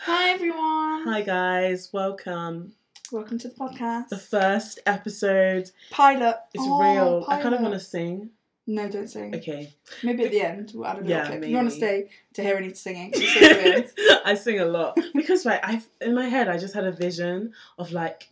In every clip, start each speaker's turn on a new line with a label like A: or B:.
A: Hi everyone.
B: Hi guys, welcome.
A: Welcome to the podcast.
B: The first episode
A: pilot. Oh,
B: is real. I kind of want to sing.
A: No, don't sing.
B: Okay.
A: Maybe at the end we'll add a little
B: Yeah,
A: clip. If you want to
B: maybe.
A: stay to hear any singing? it's so weird.
B: I sing a lot because right, I in my head I just had a vision of like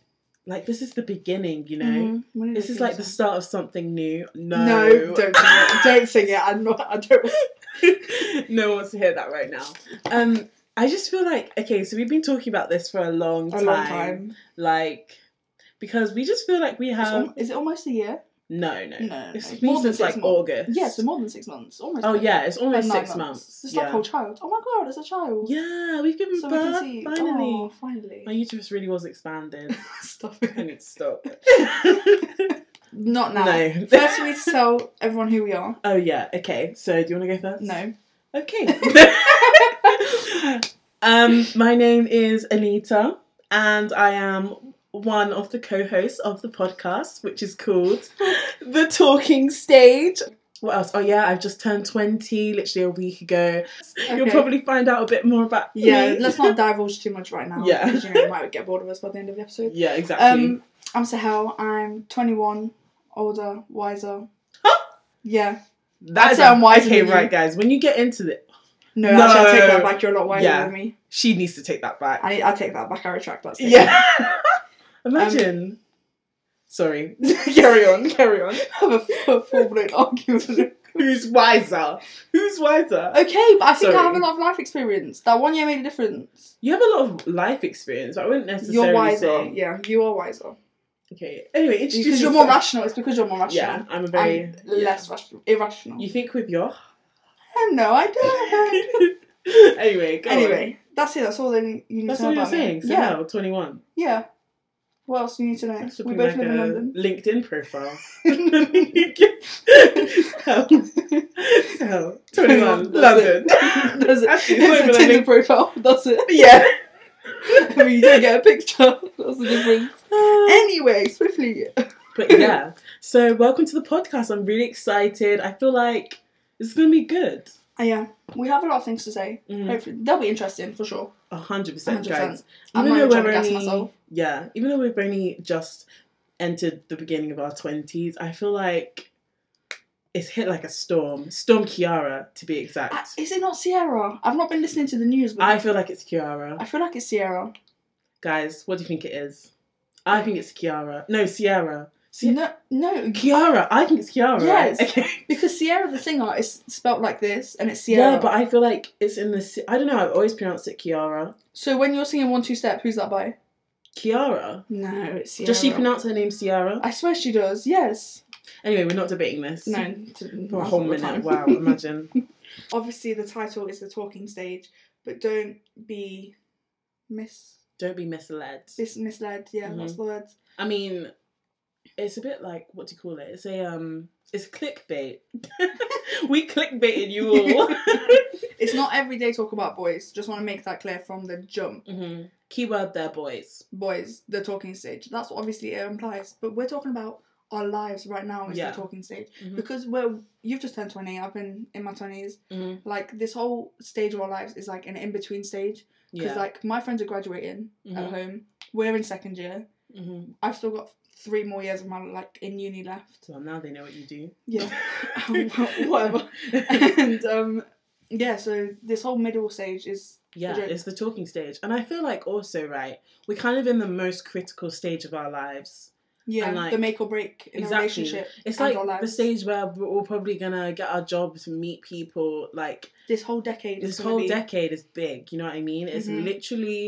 B: like this is the beginning, you know.
A: Mhm. When did
B: This
A: I
B: is
A: do
B: like the start of something new. No.
A: No, don't sing it. Don't sing it. I'm not. I don't.
B: no one wants to hear that right now. Um I just feel like okay, so we've been talking about this for a long
A: A
B: time.
A: long time.
B: Like because we just feel like we
A: It's
B: have
A: al- is it almost a year?
B: no, no.
A: No, no,
B: It's
A: no.
B: been
A: More than
B: since
A: six
B: like
A: months.
B: August.
A: Yeah, so more than six months. Almost.
B: Oh
A: like
B: yeah, it's
A: nine
B: almost six months.
A: It's
B: yeah.
A: like a child. Oh my god, it's a child.
B: yeah, we've given
A: So we can
B: birth
A: see.
B: finally.
A: Oh, finally.
B: My uterus really was expanded.
A: Stop
B: I
A: it.
B: need to stop.
A: Not now.
B: no.
A: First, we tell everyone who we are.
B: oh yeah. Okay. So do you want to go first?
A: No.
B: Okay. um, my name is Anita, and I am one of the co-hosts of the podcast, which is called The Talking Stage. What else? Oh yeah, I've just turned twenty, literally a week ago. You'll
A: Okay.
B: probably find out a bit more about
A: Yeah,
B: me.
A: let's not divulge too much right now.
B: Yeah.
A: Because you, know, you might get bored of us by the end of the episode.
B: yeah, exactly.
A: Um, I'm Sahel. I'm 21, older, wiser. yeah.
B: That's
A: I'd say I'm wiser
B: okay,
A: than you.
B: right, guys. When you get into the,
A: No,
B: No.
A: actually, I take that back. You're a lot wiser
B: Yeah.
A: than me.
B: she needs to take that back.
A: I, I take that back. I retract that. statement.
B: yeah. Imagine. Um, Sorry.
A: Carry on.
B: Carry on.
A: Have a full blown argument.
B: Who's wiser? Who's wiser?
A: Okay, but I think I
B: Sorry.
A: have a lot of life experience. That one year made a difference.
B: You have a lot of life experience. but I wouldn't necessarily
A: You're wiser.
B: say.
A: Yeah, you are wiser.
B: Okay. Anyway, introduce
A: Because you're
B: yourself.
A: more rational. It's because you're more rational.
B: Yeah, I'm a very
A: I'm
B: yeah.
A: less rational. Irrational. Oh,
B: You think with your.
A: No, I don't.
B: anyway, go on.
A: Anyway, that's it. That's all they, you need
B: That's
A: to know
B: all you're
A: about me.
B: saying. So
A: yeah,
B: now, 21.
A: yeah. What else do you need to
B: I
A: know?
B: should
A: We
B: be
A: both
B: like
A: live in
B: a
A: London.
B: LinkedIn profile. so, so, 21, London.
A: Does it?
B: Actually, it's not even
A: It's
B: a
A: a Tinder
B: link.
A: profile. That's it.
B: Yeah.
A: I mean, you don't get a picture. That's the difference. Anyway, swiftly.
B: But yeah, so welcome to the podcast. I'm really excited. I feel like this is going to be good.
A: Uh, yeah, we have a lot of things to say.
B: Mm,
A: Hopefully, they'll be interesting for sure.
B: A hundred percent,
A: 100%.
B: guys.
A: I'm not
B: Even though
A: even trying
B: we're
A: to gas
B: only,
A: myself.
B: yeah, even though we've only just entered the beginning of our twenties, I feel like it's hit like a storm. Storm Kiara, to be
A: Uh,
B: exact.
A: is it not Sierra? I've not been listening to the news, but
B: I
A: I,
B: feel like it's Kiara,
A: feel like it's Sierra.
B: guys. What do you think it is? I think it's Kiara. No, Sierra. Si-
A: No, no,
B: Kiara. I think it's Kiara.
A: Yes.
B: Okay.
A: because Sierra the singer is spelt like this, and it's Sierra.
B: Yeah. but I feel like it's in the. si- I don't know. I've always pronounced it Kiara.
A: so when you're singing one two step, who's that by?
B: Kiara.
A: No, it's Sierra.
B: Does she pronounce her name Sierra?
A: I swear she does. Yes.
B: Anyway, we're not debating this.
A: No.
B: For a whole minute. Wow, imagine.
A: Obviously, the title is the talking stage, but don't be mis
B: Don't be misled.
A: mis- misled. Yeah,
B: Mhm.
A: that's the word.
B: I mean, it's a bit like what do you call it? It's a um it's clickbait. we clickbaited you all.
A: It's not everyday talk about boys. Just want to make that clear from the jump.
B: hmm Keyword there, boys.
A: Boys, the talking stage. That's what obviously it implies. But we're talking about our lives right now is
B: Yeah.
A: the talking stage
B: Mhm.
A: because we're you've just turned twenty. I've been in my twenties.
B: Mhm.
A: Like this whole stage of our lives is like an in between stage. Because
B: Yeah.
A: Mm-hmm. like uh, my friends are graduating at
B: Mhm.
A: home. We're in second year.
B: Mhm.
A: I've still got three more years of my like in uni left.
B: Well, now they know what you do.
A: Yeah. Oh, Whatever. and um yeah, so this whole middle stage is
B: yeah,
A: Joke.
B: it's the talking stage, and I feel like also right, we're kind of in the most critical stage of our lives.
A: yeah
B: And, like,
A: um, the make or break in
B: exactly.
A: a relationship.
B: It's
A: And
B: like
A: our
B: the
A: lives.
B: stage where we're all probably gonna get our jobs, meet people, like
A: This whole decade. is
B: this
A: gonna
B: whole
A: be-
B: decade is big you know what i mean it's
A: Mhm.
B: literally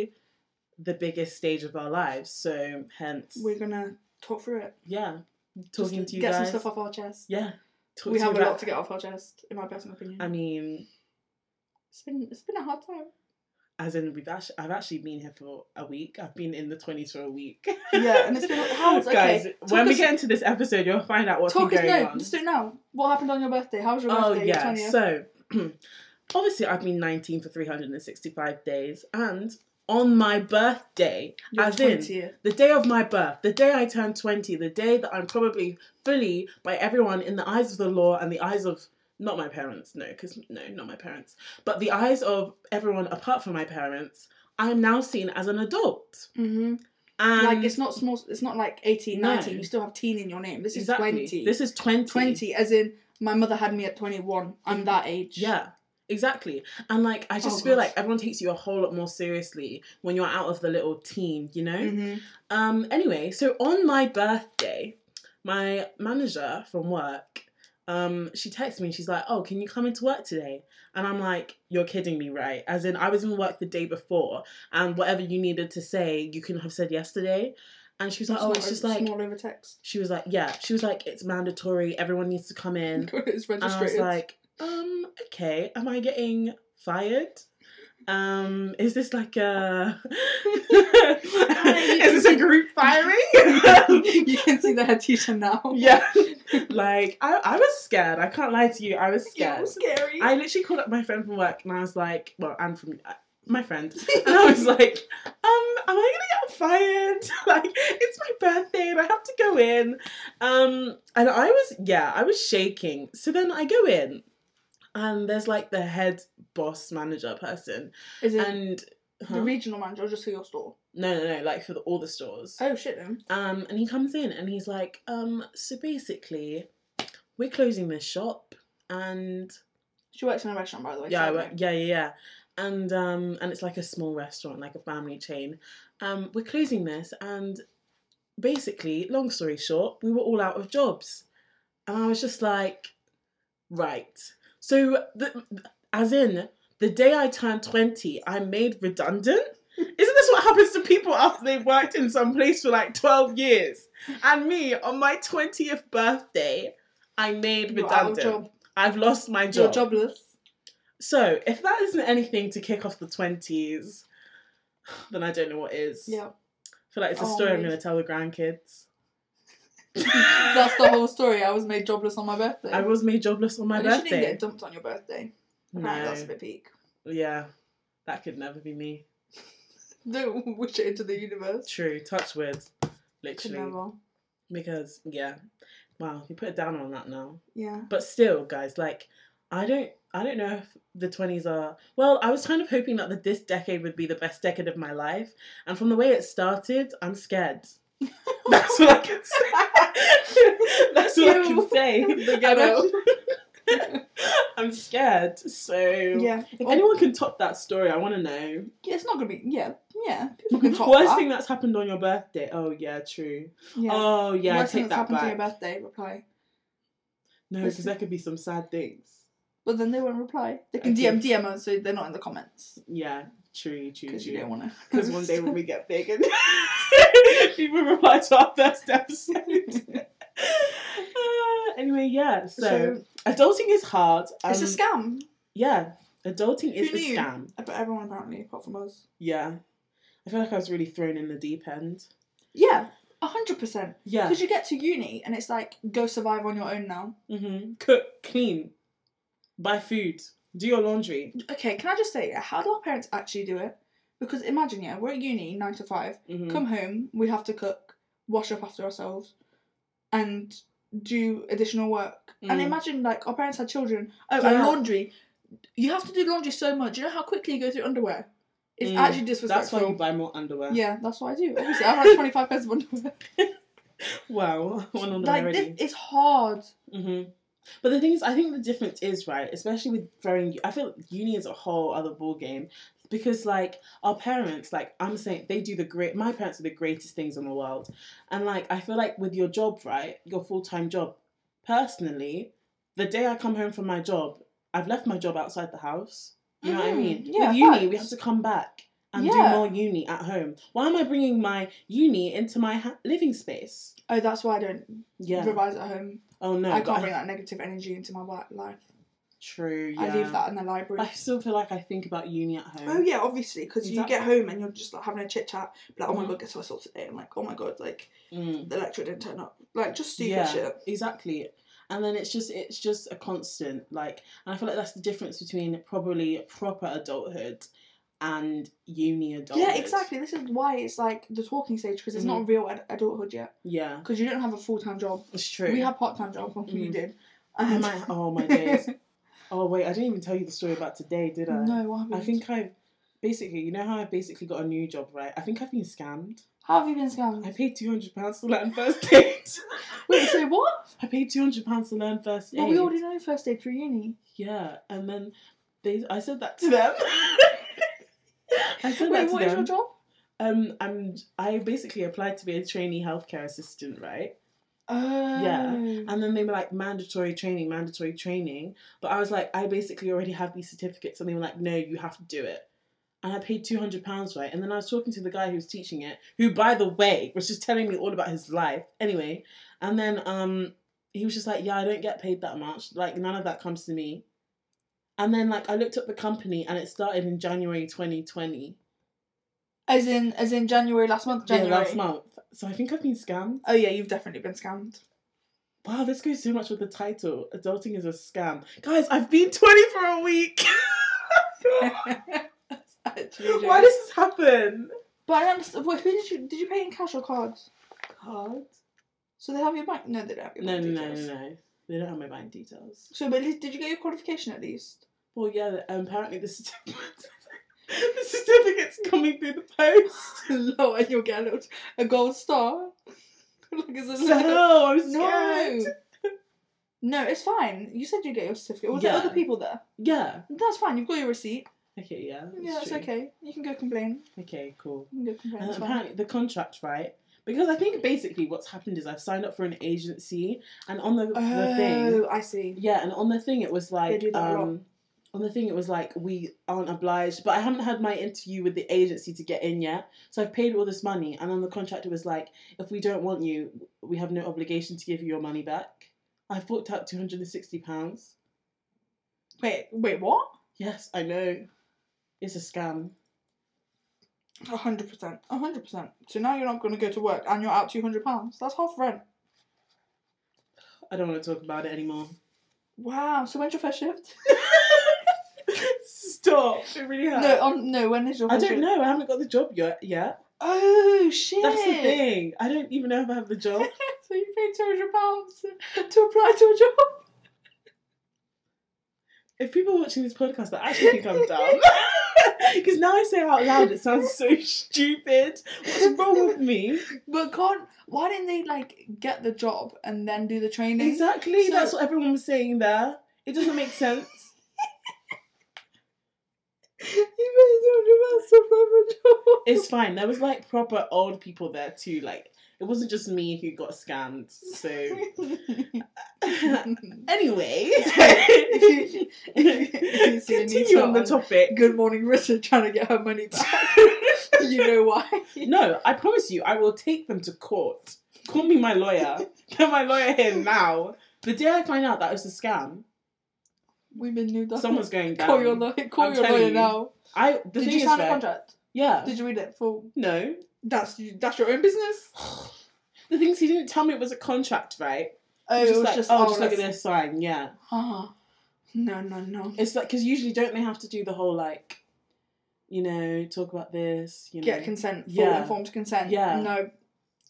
B: the biggest stage of our lives so hence
A: We're gonna talk through it.
B: yeah talking
A: Just
B: to you
A: get
B: guys
A: some stuff off our chest.
B: yeah Talk
A: we
B: to
A: have
B: you
A: a lot
B: about-
A: to get off our chest, in my personal opinion.
B: i mean
A: it's been it's been a hard time.
B: as in we've actually i've actually been here for a week i've been in the 20s for a week
A: Yeah, and it's been hard. Okay.
B: guys when
A: talk
B: we
A: us-
B: get into this episode you'll find out what's been
A: Talk us
B: going
A: no,
B: on
A: just do it now. What happened on your birthday? How was your
B: oh
A: birthday? Your
B: yeah
A: 20th?
B: so obviously i've been 19 for 365 days and on my birthday
A: Your
B: as in
A: 20th.
B: the day of my birth, the day I turn 20, the day that I'm probably fully, by everyone in the eyes of the law and the eyes of not my parents, no, because no, not my parents, but the eyes of everyone apart from my parents, I am now seen as an adult.
A: Mm-hmm.
B: And
A: like it's not small. It's not like 18,
B: No.
A: 19. You still have teen in your name. This
B: exactly.
A: is twenty.
B: This is 20.
A: twenty, as in my mother had me at twenty-one. I'm that age.
B: Yeah, exactly. And like, I just
A: Oh,
B: feel
A: God.
B: like everyone takes you a whole lot more seriously when you're out of the little teen, you know?
A: hmm
B: Um, anyway, so on my birthday, my manager from work, um, she texts me and she's like, Oh, can you come into work today? And I'm like, You're kidding me, right? As in, I was in work the day before, and whatever you needed to say, you can have said yesterday. And she was like,
A: It's
B: Oh,
A: not
B: it's
A: a-
B: just like,
A: small over text.
B: she was like, Yeah, she was like, It's mandatory, everyone needs to come in.
A: it's
B: And I was
A: registered.
B: like, um, okay, am I getting fired? Um, is this like a is this a group firing?
A: you can see the head teacher now.
B: yeah. Like I, I was scared. I can't lie to you. I was
A: Yeah,
B: scared.
A: scary.
B: I literally called up my friend from work and I was like, well, and from uh, my friend, and I was like, um, am I gonna get fired? like, it's my birthday and I have to go in. Um, and I was, yeah, I was shaking. So then I go in, and there's like the head boss manager person,
A: Is it
B: and
A: the
B: huh?
A: regional manager or just for your store?
B: no, no, no, like for the, all the stores.
A: Oh shit, then.
B: Um, and he comes in and he's like, um, so basically, we're closing this shop, and
A: She works in a restaurant, by the way.
B: yeah, I
A: so-
B: work, yeah, yeah, yeah. And um, and it's like a small restaurant, like a family chain. Um, we're closing this, and basically, long story short, we were all out of jobs, and I was just like, right. So, the, as in the day I turned twenty, I made redundant. Isn't this what happens to people after they've worked in some place for like twelve years? And me, on my twentieth birthday, I made
A: You're out of
B: redundant.
A: job.
B: I've lost my
A: You're jobless.
B: so, if that isn't anything to kick off the 20s, then I don't know what is.
A: Yeah.
B: I feel like it's a
A: Oh,
B: story I'm
A: mate.
B: going to tell the grandkids.
A: That's the whole story. I was made jobless on my birthday.
B: I was made jobless on my
A: At least You didn't
B: birthday.
A: get dumped on your birthday. Apparently That's a
B: No.
A: bit peak.
B: Yeah. That could never be me.
A: Don't wish it into the universe.
B: True. Touch wood.
A: Could
B: Literally.
A: never.
B: Because, yeah. Wow, you put it down on that now.
A: Yeah.
B: But still, guys, like, I don't. I don't know if the 20s are. Well, I was kind of hoping that the, this decade would be the best decade of my life. And from the way it started, I'm scared. That's what I can say. That's what I
A: You.
B: can say.
A: The
B: I'm,
A: ghetto.
B: actually- I'm scared. So
A: Yeah. Oh,
B: if anyone can top that story, I want to know.
A: Yeah, it's not gonna be. Yeah, yeah. People can talk.
B: Worst
A: that.
B: thing that's happened on your birthday. Oh yeah, true.
A: Yeah.
B: Oh yeah,
A: Worst
B: take
A: thing that's
B: that
A: happened to your
B: back.
A: birthday. Reply.
B: no,
A: Worst
B: because there could be some sad things.
A: But then they won't reply. They can
B: Okay.
A: DM DM us, so they're not in the comments
B: Yeah, true, true,
A: because you don't
B: true.
A: want to.
B: Because one day when we get big and people reply to our first episode. Uh, anyway, yeah. So,
A: so
B: adulting is hard.
A: it's a
B: um,
A: scam.
B: Yeah, adulting is
A: Who
B: a
A: knew?
B: scam.
A: But everyone apparently, apart from us.
B: Yeah, I feel like I was really thrown in the deep end.
A: Yeah, hundred percent.
B: Yeah,
A: Because you get to uni and it's like go survive on your own now.
B: hmm cook, clean, buy food, do your laundry.
A: Okay, can I just say, how do our parents actually do it? Because imagine, yeah, we're at uni nine to 5
B: Mhm.
A: come home, we have to cook, wash up after ourselves, and do additional work. And
B: Mm.
A: imagine like our parents had children. Oh, and
B: Yeah.
A: laundry. You have to do laundry so much. You know how quickly you go through underwear. It's
B: Mm,
A: actually
B: That's why you
A: disrespectful.
B: buy more underwear.
A: yeah, that's what I do. Obviously, I've had twenty five pairs of underwear.
B: Wow, one underwear
A: like
B: already.
A: this, it's hard.
B: hmm But the thing is, I think the difference is right, especially with throwing. I feel uni is a whole other ball game because, like, our parents, like I'm saying, they do the great. My parents are the greatest things in the world, and like I feel like with your job, right, your full time job. Personally, the day I come home from my job, I've left my job outside the house. You know what I
A: Mm,
B: mean?
A: yeah,
B: with uni, we
A: facts.
B: have to come back and
A: Yeah.
B: do more uni at home. Why am I bringing my uni into my ha- living space?
A: Oh, that's why I don't
B: Yeah.
A: revise at home.
B: Oh no.
A: I
B: but
A: can't bring that negative energy into my work life.
B: True. Yeah.
A: I leave that in the library.
B: I still feel like I think about uni at home.
A: Oh yeah, obviously, because you
B: Exactly.
A: get home and you're just like having a chit chat, like oh my
B: Mhm.
A: god, guess what I saw today, and like oh my god, like
B: Mm,
A: the lecturer didn't turn up, like just stupid
B: Yeah.
A: shit.
B: exactly. And then it's just it's just a constant like, and I feel like that's the difference between probably proper adulthood and uni adulthood.
A: Yeah, exactly. This is why it's like the talking stage because it's
B: Mm-hmm.
A: not real ad- adulthood yet
B: Yeah,
A: because you don't have a full time job.
B: it's true.
A: We had part time jobs when we
B: Mhm.
A: did.
B: I
A: And
B: might- oh my days. Oh wait, I didn't even tell you the story about today, did I?
A: No, what happened?
B: I think I've basically, you know how I basically got a new job, right? I think I've been scammed.
A: How have you been
B: I
A: scammed?
B: paid two hundred pounds to learn first aid.
A: Wait, so what?
B: I paid two hundred pounds to learn first aid.
A: Well, we already know first aid through uni.
B: Yeah, and then they, I said that to them. I said that
A: Wait,
B: to
A: what
B: them.
A: is your job?
B: Um, I'm. I basically applied to be a trainee healthcare assistant, right?
A: Oh.
B: And then they were like mandatory training, mandatory training. But I was like, I basically already have these certificates, and they were like, no, you have to do it. And I paid two hundred pounds, right? And then I was talking to the guy who was teaching it, who, by the way, was just telling me all about his life. Anyway, and then um, he was just like, yeah, I don't get paid that much. Like none of that comes to me. And then like I looked up the company, and it started in January twenty twenty.
A: As in, as in January last month. January
B: last month. So I think I've been scammed.
A: Oh yeah, you've definitely been scammed.
B: Wow, this goes so much with the title. Adulting is a scam. Guys, I've been 20 for a week.
A: That's actually a
B: Why
A: joke.
B: does this happen?
A: But I understand. Wait, who did you did you pay in cash or cards?
B: Card?
A: So they have your bank. No, they don't have your
B: No,
A: bank
B: no, no,
A: details.
B: no, no. They don't have my bank details.
A: So, but at least, did you get your qualification at least?
B: Well, yeah, um, apparently the certificate. the certificate's coming through the post.
A: no, and you'll get a, little, a gold star. like it's a little-
B: No, I'm scared.
A: no. No, it's fine. You said you get your certificate. Was
B: Yeah.
A: there other people there?
B: Yeah.
A: That's fine. You've got your receipt.
B: Okay, yeah. that's
A: Yeah, it's
B: true.
A: okay. You can go complain.
B: Okay, cool.
A: You can go complain.
B: And
A: It's fine.
B: apparently the contract, right? Because I think basically what's happened is I've signed up for an agency, and on the, the thing,
A: Oh, I see.
B: Yeah, and on the thing it was like
A: do that a lot.
B: um on the thing it was like we aren't obliged, but I haven't had my interview with the agency to get in yet. So I've paid all this money and on the contract it was like if we don't want you, we have no obligation to give you your money back. I've forked out 260 pounds.
A: Wait, wait, what?
B: Yes, I know. It's a scam.
A: A hundred percent. A hundred percent. So now you're not going to go to work, and you're out two hundred pounds. That's half rent.
B: I don't want to talk about it anymore.
A: Wow. So when's your first shift?
B: Stop. It really hurts.
A: No, um, no. When is your?
B: I
A: First
B: don't
A: shift?
B: know. I haven't got the job yet. Yet
A: Oh shit!
B: that's the thing. I don't even know if I have the job.
A: so you paid two hundred pounds to apply to a job.
B: If people are watching this podcast, I actually think I'm dumb. Because now I say it out loud, it sounds so stupid. What's wrong with me?
A: But can't? Why didn't they like get the job and then do the training?
B: Exactly,
A: So-
B: that's what everyone was saying there. It doesn't make sense.
A: you paid two hundred pounds to apply for a job.
B: It's fine. There was like proper old people there too. Like it wasn't just me who got scammed. So anyway,
A: If you- if you- if you see a need
B: continue on the
A: to-
B: topic.
A: Good morning, Rissa, trying to get her money back. you know why?
B: No, I promise you, I will take them to court. Call me my lawyer. Get my lawyer here now. The day I find out that was a scam,
A: Women knew that.
B: someone's going down.
A: call your lawyer. Call
B: I'm
A: your
B: telling
A: lawyer
B: you.
A: now.
B: I the thing
A: Did you
B: is,
A: sign a
B: right,
A: contract?
B: Yeah.
A: Did you read it full?
B: no.
A: That's you- that's your own business.
B: The things he didn't tell me it was a contract, right?
A: Oh,
B: He was
A: it was
B: like,
A: just
B: oh,
A: oh,
B: just look at
A: let's-
B: this sign, yeah.
A: Ah, no, no, no.
B: It's like because usually don't they have to do the whole like, you know, talk about this, you know.
A: Get consent. Full
B: Yeah.
A: informed consent.
B: Yeah.
A: No,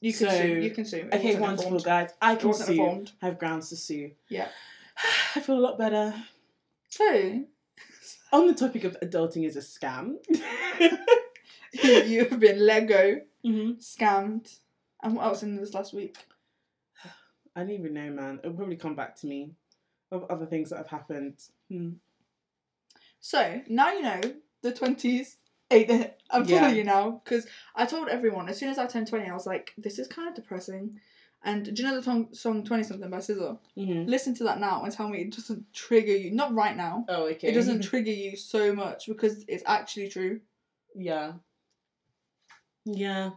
A: you can
B: So-
A: sue. You can sue. It
B: okay,
A: wasn't
B: wonderful
A: informed.
B: guys. I
A: It
B: can
A: wasn't
B: sue.
A: informed.
B: I have grounds to sue.
A: Yeah.
B: I feel a lot better.
A: So
B: On the topic of adulting is a scam.
A: you've been let go,
B: hmm
A: scammed, and what else in this last week?
B: I don't even know, man. It'll probably come back to me of other things that have happened. Hmm.
A: So now you know the twenties. ate the- I'm
B: Yeah.
A: telling you now because I told everyone as soon as I turned twenty, I was like, "This is kind of depressing." And do you know the song, song "20 Something" by SZA?
B: Mhm.
A: Listen to that now and tell me it doesn't trigger you. Not right now.
B: Oh, okay.
A: It doesn't trigger you so much because it's actually true.
B: Yeah. Yeah.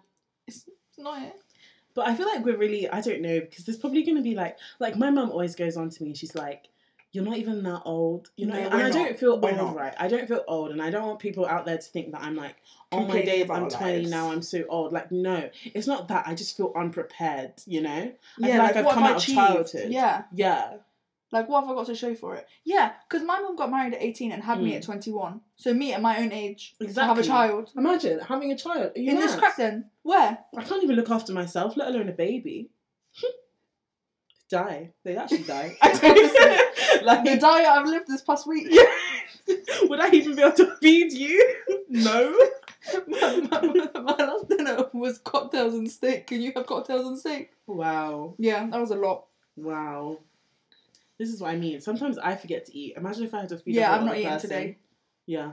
A: It's not it.
B: But I feel like we're really, I don't know, because there's probably going to be like, like my mum always goes on to me and she's like, you're not even that old. You know,
A: No,
B: and
A: we're
B: I don't
A: not.
B: feel
A: We're
B: old,
A: not.
B: right? I don't feel old, and I don't want people out there to think that I'm like, oh my
A: Complaining
B: days,
A: about
B: I'm
A: our
B: 20
A: lives.
B: now, I'm so old. Like, no, it's not that. I just feel unprepared, you know? I
A: Yeah,
B: feel
A: like,
B: like I've
A: what
B: come
A: have I
B: out of
A: achieved?
B: childhood.
A: Yeah,
B: Yeah.
A: like what have I got to show for it? Yeah, because my mum got married at eighteen and had me
B: Mm.
A: at twenty one. So me at my own age to have a
B: Exactly.
A: child
B: Imagine having a child. Are you
A: in this
B: mad?
A: crap. Then where?
B: I can't even look after myself, let alone a baby. die. They actually die. I don't
A: The
B: like,
A: diet I've lived this past week.
B: would I even be able to feed you? No.
A: my, my, my last dinner was cocktails and steak. Can you have cocktails and steak?
B: Wow.
A: Yeah, that was a lot.
B: Wow. This is what I mean. Sometimes I forget to eat. Imagine if I had to feed.
A: yeah,
B: a
A: I'm
B: whole
A: not
B: other
A: eating
B: person.
A: today.
B: Yeah.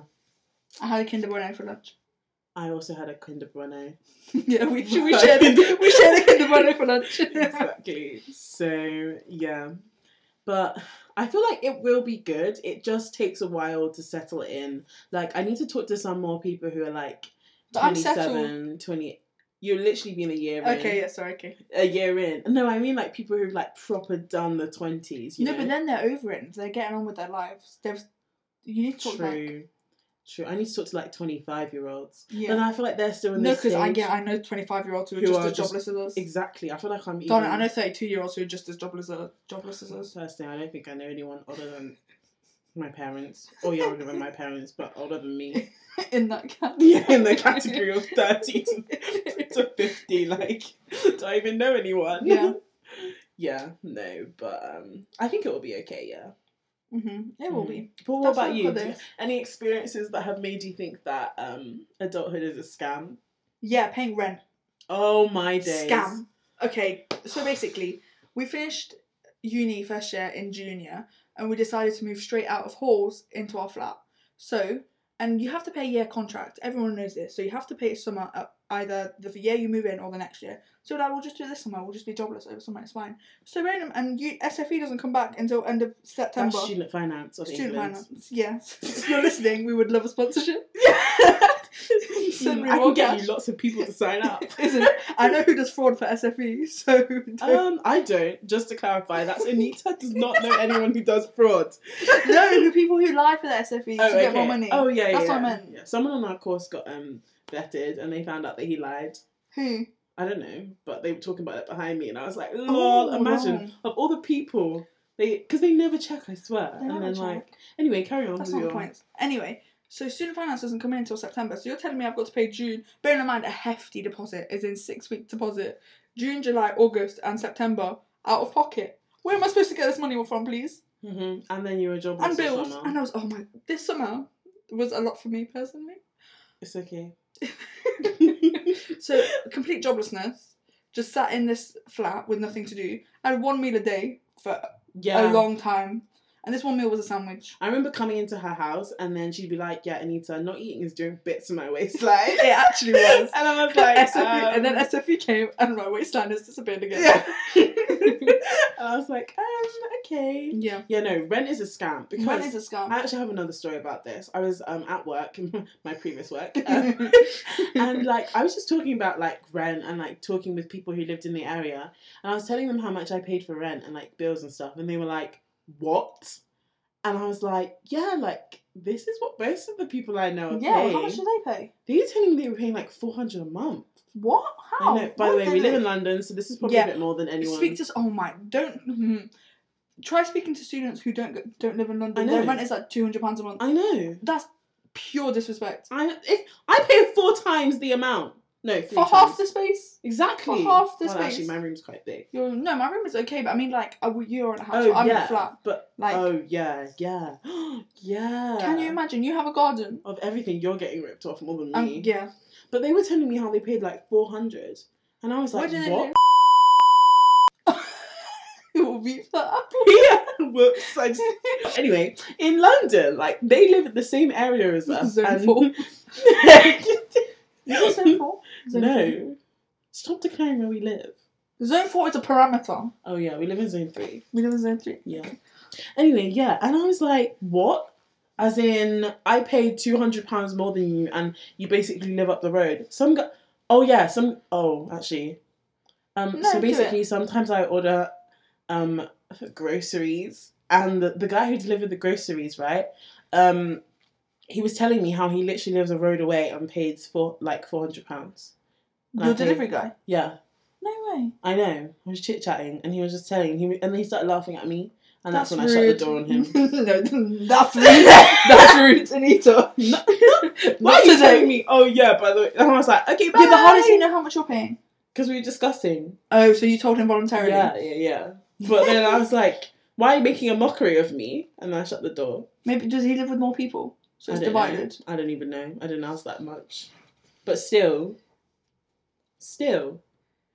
A: I had a Kinder Bueno for lunch.
B: I also had a Kinder Bueno.
A: yeah, we, should we shared we shared a Kinder Bueno for lunch.
B: exactly. So yeah, but I feel like it will be good. It just takes a while to settle in. Like I need to talk to some more people who are like
A: But I'm settled.
B: 27, 20. You're literally been a year in.
A: Okay, yeah, sorry, okay.
B: A year in. No, I mean like people who've like proper done the twenties.
A: no, but then they're over it. and They're getting on with their lives. They've, you need to talk back.
B: true, true. I need to talk to like twenty five year olds, and
A: Yeah.
B: I feel like they're still in
A: No,
B: this
A: because I
B: stage.
A: get I know twenty five year olds who are
B: Who
A: just
B: are
A: as
B: just-
A: jobless as us.
B: exactly. I feel like I'm.
A: Darn it,
B: even-
A: I know thirty two year olds who are just as jobless as jobless as us.
B: Personally, I don't think I know anyone older than my parents or younger than my parents, but older than me.
A: In that category.
B: Yeah, in the category of 30 to, to 50. Like, do I even know anyone?
A: Yeah.
B: Yeah, no, but um, I think it will be okay, yeah.
A: hmm It will be.
B: But what
A: That's
B: about you?
A: good
B: Do you-
A: though.
B: Any experiences that have made you think that um, adulthood is a scam?
A: Yeah, paying rent.
B: Oh my days.
A: Scam. Okay, so basically, we finished uni first year in junior, and we decided to move straight out of halls into our flat. So, and you have to pay a year contract. Everyone knows this. So you have to pay it summer up either the year you move in or the next year. So like, we'll just do this summer. We'll just be jobless over summer. It's fine. So random, and you, SFE doesn't come back until end of
B: That's
A: September.
B: student finance of
A: Student
B: England.
A: finance. Yes. if you're listening, we would love a sponsorship. Send me
B: I
A: more
B: can get
A: cash.
B: you lots of people to sign up.
A: Isn't it? I know who does fraud for SFE, so don't-
B: Um, I don't. Just to clarify, that's Anita does not know anyone who does fraud.
A: no, the people who lie for their SFE to get more
B: okay.
A: money.
B: Oh yeah,
A: That's what
B: yeah,
A: I
B: yeah.
A: meant.
B: Yeah. Someone on our course got um vetted, and they found out that he lied.
A: Who?
B: I don't know, but they were talking about it behind me, and I was like, lol.
A: Oh,
B: imagine
A: right.
B: of all the people they, because they never check. I swear.
A: They
B: and
A: never
B: then
A: check.
B: like, anyway, carry on.
A: That's not
B: with
A: the
B: your-
A: point. Anyway, so student finance doesn't come in until September. So you're telling me I've got to pay June. Bearing in mind a hefty deposit is in six week deposit. June, July, August, and September out of pocket. Where am I supposed to get this money from, please?
B: Mhm. And then you were jobless.
A: And
B: this
A: bills.
B: summer.
A: And I was, oh my, this summer was a lot for me personally.
B: It's okay.
A: So complete joblessness. Just sat in this flat with nothing to do. I had one meal a day for
B: yeah.
A: a long time, and this one meal was a sandwich.
B: I remember coming into her house, and then she'd be like, "Yeah, Anita, not eating is doing bits to my waistline."
A: It actually was.
B: and I was like,
A: SFE,
B: um,
A: and then SFE came, and my waistline has disappeared again.
B: yeah. and um, I was like, um, okay.
A: yeah.
B: Yeah, no, rent is a scam because
A: Rent is a scam.
B: I actually have another story about this. I was um at work, my previous work,
A: Mm-hmm.
B: um, and like I was just talking about like rent and like talking with people who lived in the area, and I was telling them how much I paid for rent and like bills and stuff, and they were like, "What?" And I was like, "Yeah, like this is what most of the people I know are
A: yeah. well,
B: paying."
A: How much do they pay?
B: They were telling me they were paying like four hundred a month.
A: What?
B: I
A: How?
B: know. By
A: Why
B: the way,
A: do
B: we
A: they
B: live in London, so this is probably
A: Oh Yeah.
B: a bit more than anyone.
A: Speak to us. Oh my! Don't. hmm. Try speaking to students who don't go, don't live in London.
B: I know.
A: Their rent is like two hundred pounds a month.
B: I know.
A: That's pure disrespect.
B: I if I pay four times the amount. No, three
A: For
B: times.
A: half the space.
B: exactly
A: for half the
B: well,
A: space.
B: Actually, my room's quite big.
A: You're, no, my room is okay, but I mean, like, a, you're in a house.
B: Oh
A: I'm in
B: yeah,
A: a flat.
B: but
A: Like,
B: oh yeah, yeah, yeah.
A: can you imagine? You have a garden.
B: Of everything, you're getting ripped off more than me.
A: Um, yeah.
B: But they were telling me how they paid like four hundred, and I was
A: Why
B: like,
A: do they
B: what?
A: It will be for up.
B: yeah. Whoops. I just... anyway, in London, like they live in the same area as us.
A: Zone
B: and-
A: four. Is it zone four? Zone four?
B: no. Stop declaring where we live.
A: Zone four is a parameter.
B: Oh yeah, we live in zone three.
A: We live in zone three.
B: Yeah. Anyway, yeah, and I was like, what? As in, I paid two hundred pounds more than you, and you basically live up the road. Some guy. Oh yeah, some. Oh, actually. Um.
A: No,
B: so
A: do
B: basically, sometimes I order, um, groceries, and the, the guy who delivered the groceries, right? Um, he was telling me how he literally lives a road away and pays for like four hundred pounds.
A: Your
B: Okay.
A: delivery guy.
B: Yeah.
A: No way.
B: I know. I was chit chatting, and he was just telling. He and then he started laughing at me, and that's, when I shut
A: rude.
B: the door on him.
A: no, that's rude. that's rude, Anita.
B: No. Why
A: Not
B: are you telling
A: today.
B: me? Oh yeah, by the way, and I was like, okay, bye.
A: Yeah, but how does he know how much you're paying?
B: Because we were discussing.
A: Oh, so you told him voluntarily.
B: Yeah, yeah, yeah. But then I was like, why are you making a mockery of me? And I shut the door.
A: Maybe does he live with more people? So
B: I
A: it's
B: don't
A: divided.
B: know. I don't even know. I didn't ask that much. But still, still,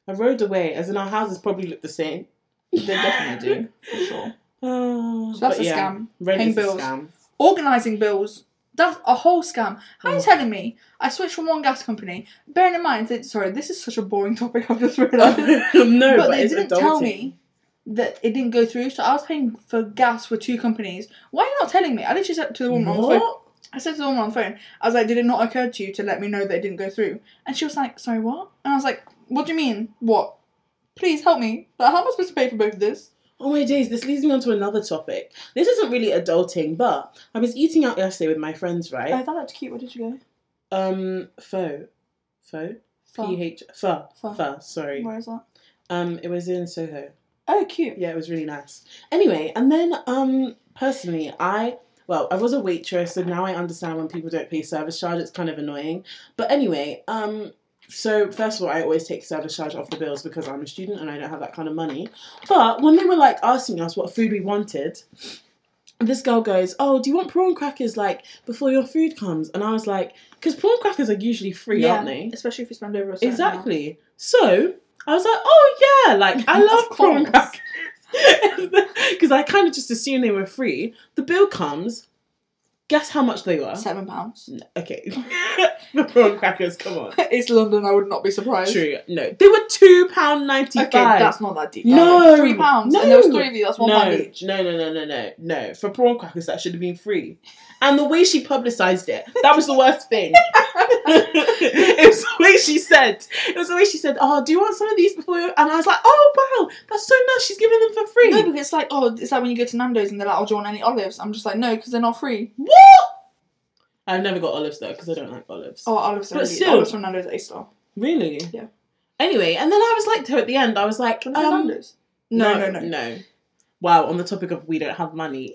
B: I rode away. As in, our houses probably look the same.
A: They definitely do, for sure.
B: Oh,
A: So that's
B: but
A: a
B: yeah,
A: scam.
B: Rent
A: Paying
B: is a
A: bills.
B: scam.
A: Organising bills. That's a whole scam. How are you
B: Oh.
A: telling me I switched from one gas company? Bearing in mind that sorry, this is such a boring topic. I've just realised. but
B: no, but,
A: they
B: it's
A: didn't
B: adulting.
A: tell me that it didn't go through. So I was paying for gas for two companies. Why are you not telling me? I literally said to the woman on the phone.
B: What?
A: I said to the woman on the phone. I was like, "Did it not occur to you to let me know that it didn't go through?" And she was like, "Sorry, what?" And I was like, "What do you mean? What? Please help me. Like, how am I supposed to pay for both of this?"
B: Oh my days, this leads me on to another topic. This isn't really adulting, but I was eating out yesterday with my friends,
A: I
B: right?
A: thought that's cute. Where did you go?
B: Um, pho. Pho? P
A: Fun.
B: H. Pho.
A: Pho.
B: Pho, sorry.
A: Where is that?
B: Um, it was in Soho.
A: Oh, cute.
B: Yeah, it was really nice. Anyway, and then um personally, I well, I was a waitress, so now I understand when people don't pay service charge. It's kind of annoying. But anyway, um so first of all, I always take service charge off the bills because I'm a student and I don't have that kind of money. But when they were like asking us what food we wanted, this girl goes, "Oh, do you want prawn crackers like before your food comes?" And I was like, "Cause prawn crackers are usually free,
A: Yeah.
B: aren't they?"
A: Especially if you spend over a certain amount.
B: Exactly. So I was like, oh yeah, like I
A: Of
B: love prawn
A: course.
B: crackers. Because I kind of just assumed they were free. The bill comes. Guess how much they were?
A: Seven pounds.
B: Okay. the prawn crackers, come on.
A: it's London. I would not be surprised.
B: True. No. They were £2.95.
A: Okay, that's not that deep.
B: No.
A: three pounds, and there was
B: No.
A: three of you. That's one
B: no,
A: pound each.
B: no, no, no, no, no, no. For prawn crackers, that should have been free. And the way she publicised it, that was the worst thing. it was the way she said. It was the way she said, "Oh, do you want some of these before?" You? And I was like, "Oh wow, that's so nice. She's giving them for free."
A: No, because it's like, oh, it's like when you go to Nando's and they're like, oh, do you want any olives? I'm just like, no, because they're not free.
B: What? I've never got olives though because I don't like olives.
A: Oh, olives are
B: But
A: really,
B: still-
A: olives from Nando's are A star.
B: Really?
A: Yeah.
B: Anyway, and then I was like to her at the end. I was like,
A: From
B: um,
A: Nando's. No, no, no.
B: no. Wow, on the topic of we don't have money.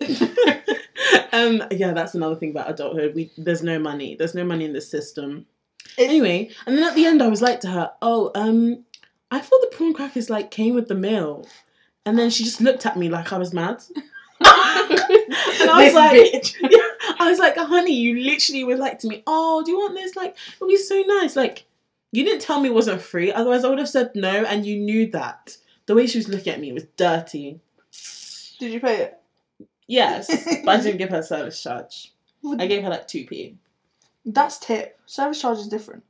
B: um, yeah, that's another thing about adulthood. We there's no money. There's no money in the system.
A: It's-
B: Anyway, and then at the end, I was like to her, "Oh, um, I thought the prawn crackers like came with the meal," and then she just looked at me like I was mad. And I was
A: This
B: like-
A: bitch.
B: I was like, honey, you literally were like to me, oh, do you want this? Like, it would be so nice. Like, you didn't tell me it wasn't free. Otherwise, I would have said no, and you knew that. The way she was looking at me was dirty.
A: Did you pay it?
B: Yes, but I didn't give her service charge. I gave her like 2p.
A: That's tip. Service charge is different,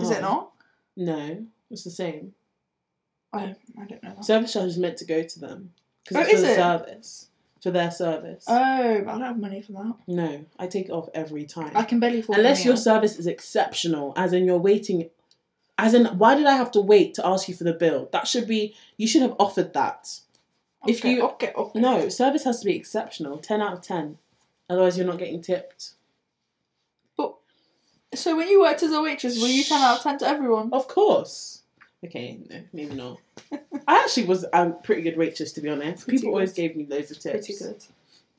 A: is
B: Oh,
A: it not?
B: No, it's the same.
A: I, I don't know. That.
B: Service charge is meant to go to them.
A: Oh,
B: Because it's
A: is
B: for the
A: it?
B: service. For their service.
A: Oh, but I don't have money for that.
B: no, I take it off every time.
A: I can barely afford.
B: Unless
A: the
B: your
A: meal.
B: service is exceptional, as in you're waiting, as in why did I have to wait to ask you for the bill? That should be you should have offered that. if
A: Okay,
B: you-
A: okay, okay.
B: No, service has to be exceptional, ten out of ten. Otherwise, you're not getting tipped.
A: So when you worked as a waitress, were you ten out of ten to everyone?
B: Of course. Okay, no, maybe not. I actually was a pretty good waitress to be honest.
A: Pretty
B: People always
A: good.
B: gave me loads of tips.
A: Pretty good.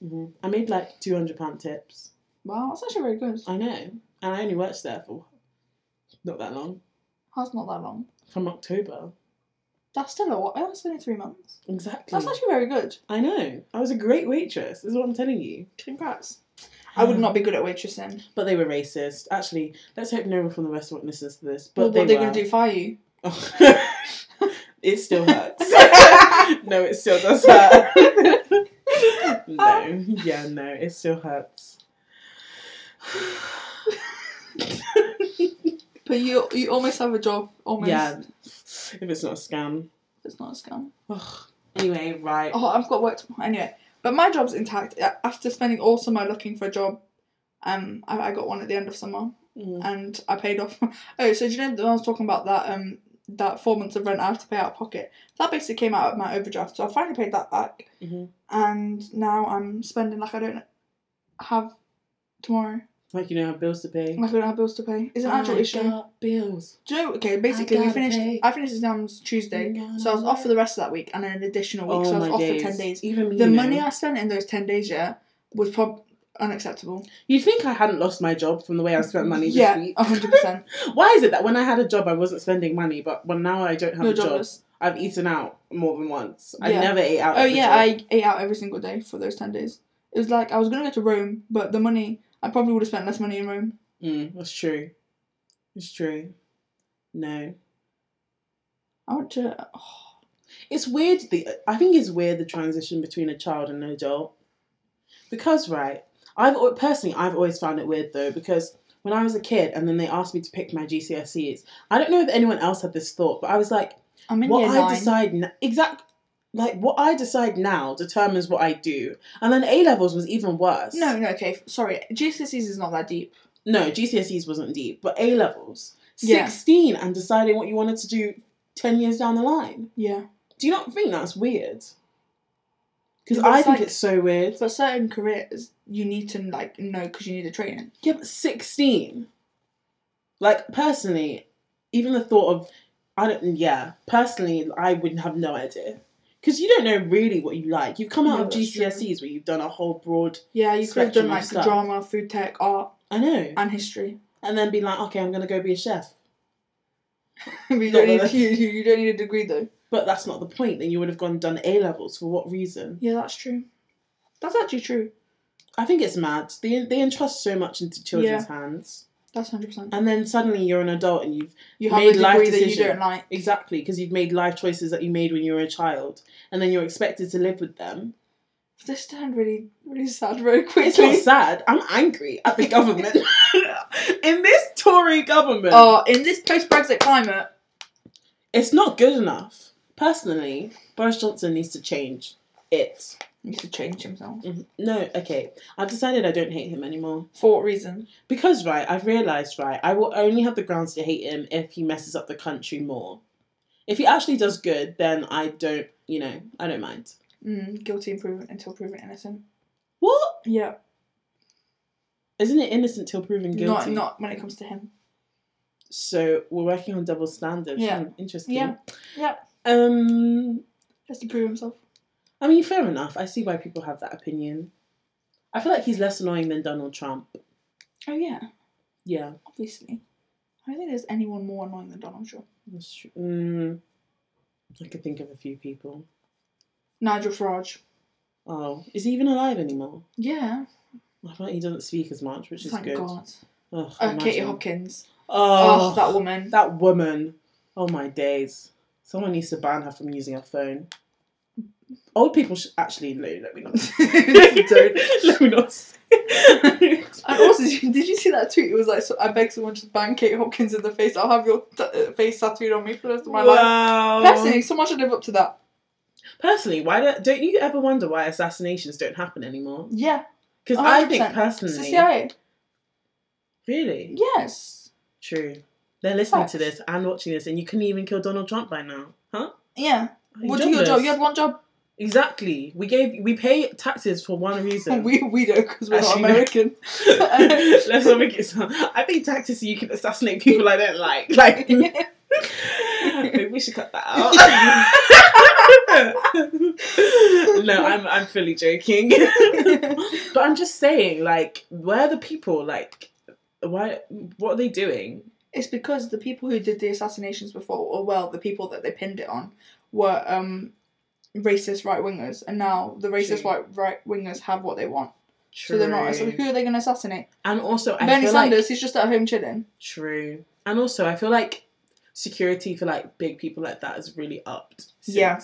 B: hmm I made like two hundred pound tips.
A: Wow, that's actually very good.
B: I know, and I only worked there for not that long,
A: That's not that long.
B: from October.
A: That's still a while. That's only three months.
B: Exactly.
A: That's actually very good.
B: I know. I was a great waitress. Is what I'm telling you.
A: Congrats. I would not be good at waitressing.
B: But they were racist. Actually, let's hope no one from the restaurant listens to this.
A: But
B: But
A: what are
B: they
A: they
B: were.
A: going to do? Fire you?
B: it still hurts. no, it still does hurt. no. Yeah, no, it still hurts.
A: But you you almost have a job. Almost.
B: yeah. If it's not a scam.
A: It's not a scam.
B: Ugh. Anyway, right.
A: Oh, I've got work tomorrow. Anyway, but my job's intact. A- After spending all summer looking for a job, um, I, I got one at the end of summer
B: Mm.
A: and I paid off. oh, so do you know that when I was talking about that um that four months of rent I have to pay out of pocket? That basically came out of my overdraft. So I finally paid that back,
B: Mhm.
A: and now I'm spending like I don't have tomorrow.
B: Like you know, I have bills to pay.
A: Like I don't have bills to pay. It's an actual
B: I
A: issue.
B: got bills.
A: Do you know? Okay, basically we
B: gotta
A: finished.
B: pay. Mm-hmm.
A: I finished exams Tuesday, so I was off for the rest of that week and an additional week.
B: Oh
A: so I was
B: my
A: off
B: days.
A: for ten days.
B: Even me,
A: The
B: you know.
A: money I spent in those ten days, yeah, was prob unacceptable.
B: You'd think I hadn't lost my job from the way I spent money this
A: yeah,
B: week.
A: hundred percent.
B: Why is it that when I had a job, I wasn't spending money, but when now I don't have
A: You're
B: a job,
A: jobless.
B: I've eaten out more than once. I
A: Yeah.
B: never ate out.
A: Oh
B: at the
A: yeah,
B: job.
A: I ate out every single day for those ten days. It was like I was gonna go to Rome, but the money I probably would have spent less money in Rome.
B: Mm, that's true. It's true. No.
A: I went to oh,
B: It's weird. The I think it's weird the transition between a child and an adult, because right. I've al- personally I've always found it weird though because when I was a kid and then they asked me to pick my GCSEs. I don't know if anyone else had this thought, but I was like,
A: I'm in
B: what
A: year
B: I
A: nine.
B: decide n exact like what I decide now determines what I do. And then A levels was even worse.
A: no, no, okay, f- sorry. GCSEs E is not that deep.
B: no, GCSEs wasn't deep, but A levels,
A: Yeah.
B: sixteen, and deciding what you wanted to do ten years down the line.
A: Yeah,
B: Do you not think that's weird? Because
A: Yeah, but
B: I
A: it's
B: think
A: like-
B: it's so weird.
A: for certain careers, you need to like know because you need the training.
B: Yeah, but sixteen. Like personally, even the thought of, I don't. Yeah, personally, I wouldn't have no idea. Because you don't know really what you like. You've come out
A: No,
B: of
A: that's true.
B: GCSEs where you've done a whole broad.
A: Yeah, you could have done
B: Spectrum of
A: like
B: stuff.
A: drama, food tech, art,
B: I know,
A: and history.
B: and then be like, okay, I'm gonna go be a chef.
A: But you
B: No,
A: don't
B: no,
A: need
B: that's-
A: you, you don't need a degree though.
B: But that's not the point. Then you would have gone and done A levels for what reason?
A: Yeah, that's true. That's actually true.
B: I think it's mad. They they entrust so much into children's hands,
A: That's hundred percent.
B: and then suddenly you're an adult and you've
A: You have a
B: Made
A: degree
B: life
A: that you
B: decision.
A: don't like.
B: Exactly, because you've made life choices that you made when you were a child, and then you're expected to live with them.
A: This turned really, really sad very
B: It's not
A: quickly.
B: sad. I'm angry at the government. In this Tory government,
A: Oh, in this post-Brexit climate,
B: it's not good enough. Personally, Boris Johnson needs to change it.
A: he needs to change himself.
B: Mhm. No, okay. I've decided I don't hate him anymore.
A: For what reason?
B: Because, right, I've realised, right, I will only have the grounds to hate him if he messes up the country more. If he actually does good, then I don't, you know, I don't mind.
A: Mm, guilty and proven until proven innocent.
B: What?
A: Yeah,
B: Isn't it innocent till proven
A: not
B: guilty?
A: not when it comes to him.
B: So we're working on double standards.
A: Yeah.
B: Hmm, Interesting.
A: Yeah. Yeah.
B: Um.
A: He has to prove himself.
B: I mean, fair enough. I see why people have that opinion. I feel like he's less annoying than Donald Trump.
A: Oh yeah,
B: Yeah,
A: obviously. I don't think there's anyone more annoying than Donald Trump.
B: that's true. Mm, I could think of a few people.
A: Nigel Farage.
B: Oh, is he even alive anymore?
A: Yeah.
B: I feel like he doesn't speak as much, which is
A: Thank
B: good.
A: God.
B: Ugh,
A: Uh, Katie
B: imagine.
A: Hopkins.
B: Oh,
A: Oh, that woman.
B: that woman. Oh my days. Someone needs to ban her from using her phone. Old people should actually no. Let me not.
A: Don't.
B: Let me not. say-
A: And also, did you see that tweet? It was like, so I beg someone just ban Kate Hopkins in the face. I'll have your t- uh, face tattooed on me for the rest of my life.
B: wow.
A: Personally, someone should live up to that.
B: Personally, why do, don't you ever wonder why assassinations don't happen anymore?
A: Yeah.
B: Because I think
A: 100%. It's the
B: personally,
A: CIA.
B: really
A: Yes.
B: true. They're listening
A: Facts.
B: to this and watching this, and you couldn't even kill Donald Trump by now, huh?
A: Yeah.
B: Are you
A: What do your
B: jobless?
A: job? You had one job.
B: Exactly. We gave we pay taxes for one reason.
A: We, we don't because we're
B: Actually,
A: not
B: no.
A: American.
B: Let's not make it sound. I pay taxes so you can assassinate people I don't like. Like maybe we should cut that out. no, I'm I'm fully joking. But I'm just saying, like, where are the people? Like, why? What are they doing?
A: it's because the people who did the assassinations before, or well, the people that they pinned it on, were um, racist right wingers, and now the racist
B: True.
A: white right wingers have what they want. So they're not. So
B: True.
A: who are they going to assassinate?
B: And also, I
A: Bernie
B: feel
A: Sanders.
B: like
A: he's just at home chilling.
B: true. And also, I feel like security for like big people like that has really upped since
A: Yeah.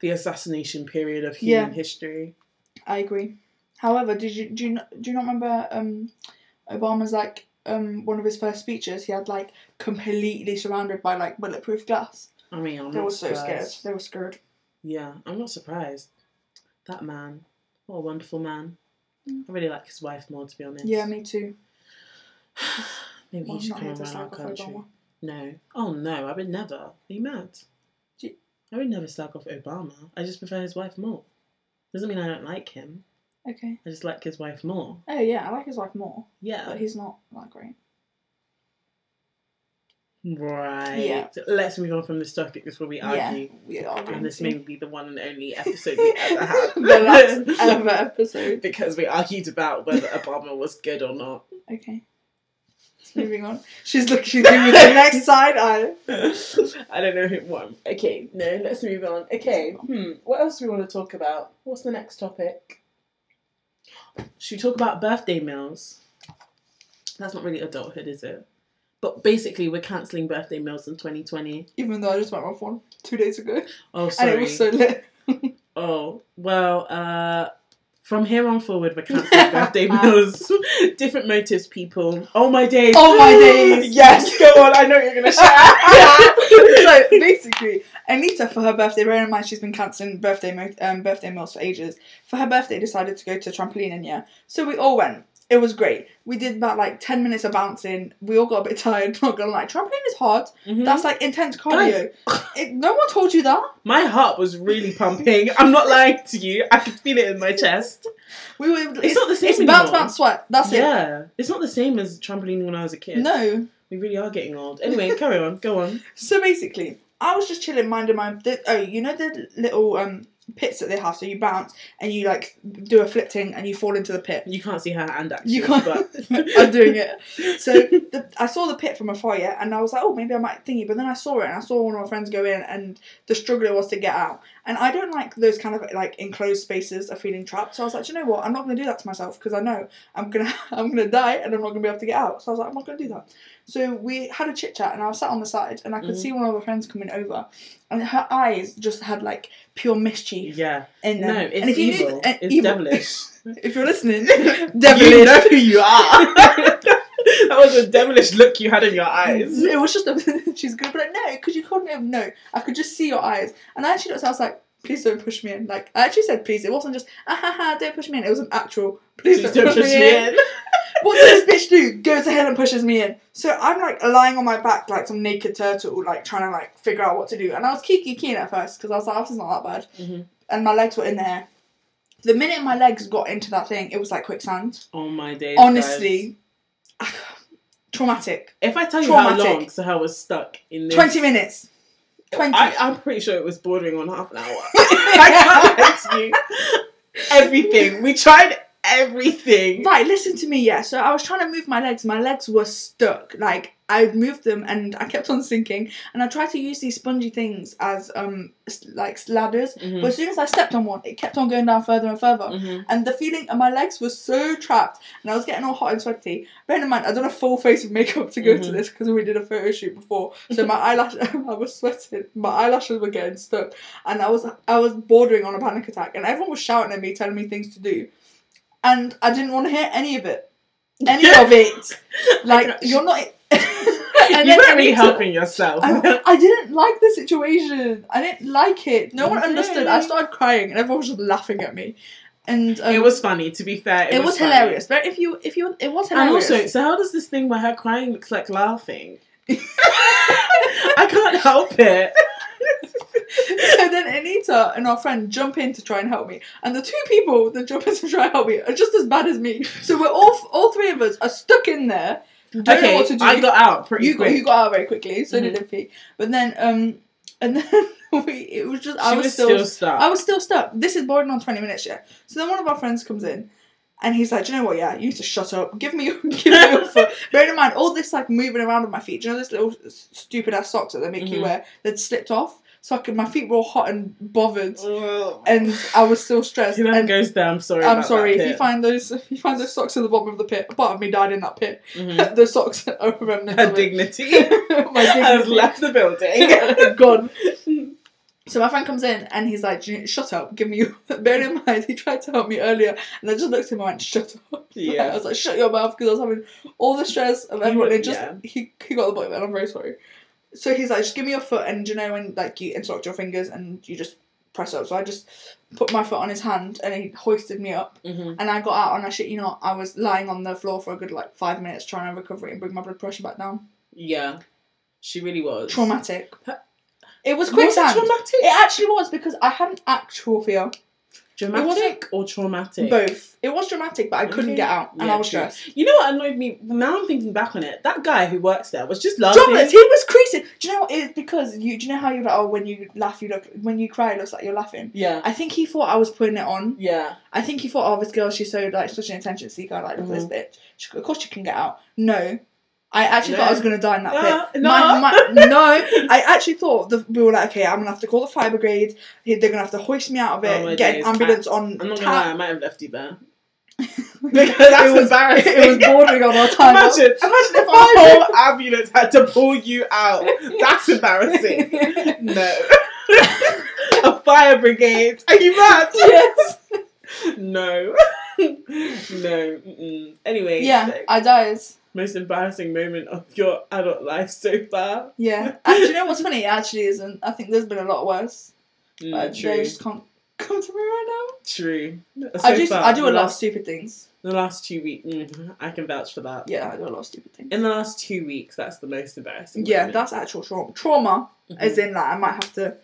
B: the assassination period of human history.
A: I agree. However, did you do you not, do you not remember um, Obama's like um one of his first speeches? He had like completely surrounded by like bulletproof glass.
B: I mean, I'm
A: They
B: not
A: were so scared.
B: surprised.
A: They were scared.
B: Yeah, I'm not surprised. That man, what a wonderful man.
A: Mm.
B: I really like his wife more, to be honest.
A: Yeah, me too.
B: Maybe
A: Well, I'm
B: he should
A: not
B: come
A: here to
B: around our
A: slag off
B: country.
A: Obama.
B: No. Oh no, I would never. Are you mad?
A: Do-
B: I would never slag off Obama. I just prefer his wife more. Doesn't mean I don't like him.
A: Okay.
B: I just like his wife more.
A: Oh yeah, I like his life more,
B: Yeah.
A: but he's not that great.
B: Right.
A: Yeah.
B: Let's move on from this topic before we argue.
A: Yeah, Oh, we are.
B: And this may
A: going
B: be the one and only episode we ever have.
A: to. the last ever episode.
B: Because we argued about whether Obama was good or not.
A: Okay. It's Moving on. She's looking. She's giving me the next side eye.
B: I don't know who won. Okay, no, let's move on. Okay, hmm, what else do we want to talk about? What's the next topic? Should we talk about birthday meals? That's not really adulthood, is it? But basically, we're cancelling birthday meals in 2020.
A: Even though I just went off one two days ago,
B: Oh, sorry.
A: and it was so lit.
B: Oh, well, uh, from here on forward, we're cancelling birthday meals. Different motives, people. Oh, my days.
A: Oh, my days.
B: Yes, go on. I know you're going to shout.
A: so basically, Anita for her birthday. Bear in mind, she's been cancelling birthday mo- um, birthday meals for ages. For her birthday, decided to go to trampoline in yeah. So we all went. It was great. We did about like ten minutes of bouncing. We all got a bit tired. Not gonna lie, trampoline is hard.
B: Mhm.
A: That's like intense cardio. It, no one told you that.
B: My heart was really pumping. I'm not lying to you. I could feel it in my chest.
A: We were. It's,
B: not the same
A: It's bounce,
B: anymore.
A: bounce, sweat. That's it.
B: Yeah. It's not the same as trampoline when I was a kid.
A: No.
B: We really are getting old. Anyway, carry on. Go on.
A: So basically, I was just chilling, minding my. The, oh, you know the little um pits that they have. So you bounce and you like do a flip thing and you fall into the pit.
B: You can't see her hand actually.
A: You can't.
B: But...
A: I'm doing it. So the, I saw the pit from afar, yeah, and I was like, oh, maybe I might thingy. But then I saw it, and I saw one of my friends go in, and the struggle it was to get out. And I don't like those kind of like enclosed spaces of feeling trapped. So I was like, "Do you know what? I'm not gonna do that to myself because I know I'm gonna I'm gonna die, and I'm not gonna be able to get out. So I was like, I'm not gonna do that. So we had a chit chat, and I was sat on the side, and I could
B: Mhm.
A: see one of my friends coming over, and her eyes just had like pure mischief
B: Yeah.
A: in them.
B: No, it's
A: and if you
B: evil.
A: knew, and
B: it's
A: evil.
B: devilish.
A: if you're listening,
B: You
A: devilish.
B: know who you are. that was a devilish look you had in your eyes.
A: It was just a, she's gonna be like, no, because you called me a no. I could just see your eyes, and I actually looked. I was like, please don't push me in. Like I actually said, please. It wasn't just ah ha ha, don't push me in. It was an actual, please,
B: Please
A: don't, push, me, in. What does this bitch do? Goes ahead and pushes me in. So I'm like lying on my back like some naked turtle, like trying to like figure out what to do. And I was kiki keen at first because I was like, oh, this is not that bad.
B: Mhm.
A: And my legs were in there. The minute my legs got into that thing, it was like quicksand.
B: Oh my days. guys.
A: Honestly, traumatic.
B: If I tell you
A: Traumatic.
B: how long Sahar was stuck in this.
A: Twenty minutes. Twenty.
B: I, I'm pretty sure it was bordering on half an hour. I can't lie to you. Everything. We tried everything.
A: Right, listen to me, yeah. So I was trying to move my legs. My legs were stuck. Like I moved them and I kept on sinking. And I tried to use these spongy things as um s- like ladders.
B: Mm-hmm.
A: But as soon as I stepped on one, it kept on going down further and further.
B: Mhm.
A: And the feeling and my legs were so trapped, and I was getting all hot and sweaty. Bear in mind, I've done a full face of makeup to go to
B: Mhm.
A: this because we did a photo shoot before, so my eyelashes, I was sweating, my eyelashes were getting stuck, and I was I was bordering on a panic attack, and everyone was shouting at me, telling me things to do, and I didn't want to hear any of it, any of it. Like
B: cannot-
A: you're not.
B: Mm-hmm. You
A: and
B: weren't really
A: Anita-
B: helping yourself.
A: I, I didn't like the situation. I didn't like it. No one understood. I
B: Okay.
A: started crying, and everyone was just laughing at me. And um,
B: it was funny, to be fair. It,
A: it, was,
B: funny.
A: hilarious. But if you if you it was
B: And
A: hilarious.
B: also, so how does this thing where her crying looks like laughing? I can't help it.
A: so then Anita and our friend jump in to try and help me, and the two people that jump in to try and help me are just as bad as me. So we're all all three of us are stuck in there. Don't know
B: Okay,
A: what to do.
B: I got out pretty
A: you got Mm-hmm.
B: quick.
A: you got out very quickly. So
B: Mhm.
A: did Iffy. But then um and then we, it was just I
B: she
A: was,
B: was
A: still
B: still stuck.
A: I was still stuck. This is bordering on 20 minutes, yeah. So then one of our friends comes in and he's like, Do you know what, yeah, you need to shut up. Give me your give me your foot. Bearing in mind all this like moving around on my feet, do you know those little s- stupid ass socks that they make you
B: Mhm.
A: wear? They'd slipped off. So I could, my feet were all hot and bothered and I was still stressed.
B: Whoever
A: And
B: goes there, I'm sorry.
A: I'm
B: about
A: sorry,
B: that
A: if you
B: bit.
A: find those if you find those socks at the bottom of the pit, a part of me died in that pit.
B: Mhm.
A: the socks are a remnant
B: her
A: of it.
B: dignity
A: my
B: has
A: dignity.
B: left the building.
A: gone. So my friend comes in and he's like, "Do you- "Shut up! Give me." Your... Bear in mind, he tried to help me earlier, and I just looked at him and went, "Shut up!" I
B: yeah.
A: was like, "Shut your mouth," because I was having all the stress of everyone. It just
B: yeah.
A: he he got the bottom, and I'm very sorry. So he's like, "Just give me your foot," and do you know when like you interlock your fingers and you just press up. So I just put my foot on his hand, and he hoisted me up,
B: Mhm.
A: and I got out. And I shit you not, I was lying on the floor for a good like five minutes trying to recover it and bring my blood pressure back down.
B: Yeah. She really was.
A: Traumatic.
B: Her-
A: It was
B: Was it
A: quicksand.
B: traumatic?
A: It actually was because I had an actual fear.
B: Dramatic or traumatic?
A: Both. It was dramatic, but I couldn't
B: Okay.
A: get out, and
B: Yeah,
A: I was
B: true.
A: stressed.
B: You know what annoyed me? Now I'm thinking back on it. That guy who works there was just laughing.
A: Jobless. He was creasing. Do you know what? It's because you. Do you know how you're like? Oh, when you laugh, you look. When you cry, it looks like you're laughing.
B: Yeah.
A: I think he thought I was putting it on.
B: Yeah.
A: I think he thought, oh, this girl, she's so like such an attention seeker. Like, look at this
B: Mm-hmm.
A: bitch. She, of course, she can get out. No, I actually thought I was gonna die in that
B: Yeah,
A: pit.
B: no.
A: My- my- no, I actually thought the, we were like, okay, I'm gonna have to call the fire brigade. They're gonna have to hoist me out of
B: Oh
A: it.
B: my
A: get
B: days.
A: an ambulance on.
B: I'm not gonna lie,
A: tap.
B: I might have left you there.
A: Because
B: That's
A: it was
B: embarrassing.
A: it was bordering on our time.
B: Imagine, imagine if our whole ambulance had to pull you out. That's embarrassing. No. A fire brigade. Are you mad?
A: yes.
B: No. no. Mm-mm. Anyway,
A: Yeah,
B: so,
A: I died.
B: most embarrassing moment of your adult life so far.
A: Yeah. And do you know what's funny? It actually isn't. I think there's been a lot worse.
B: Mm,
A: But
B: true.
A: they just can't come to me right now.
B: True.
A: I
B: So
A: do.
B: far,
A: I do a
B: the
A: lot of
B: Last,
A: stupid things.
B: the last two weeks, mm, I can vouch for that.
A: Yeah, I do a lot of stupid things.
B: In the last two weeks, that's the most embarrassing.
A: Yeah,
B: moment.
A: that's actual trauma. Trauma,
B: Mhm.
A: as in, like, I might have to.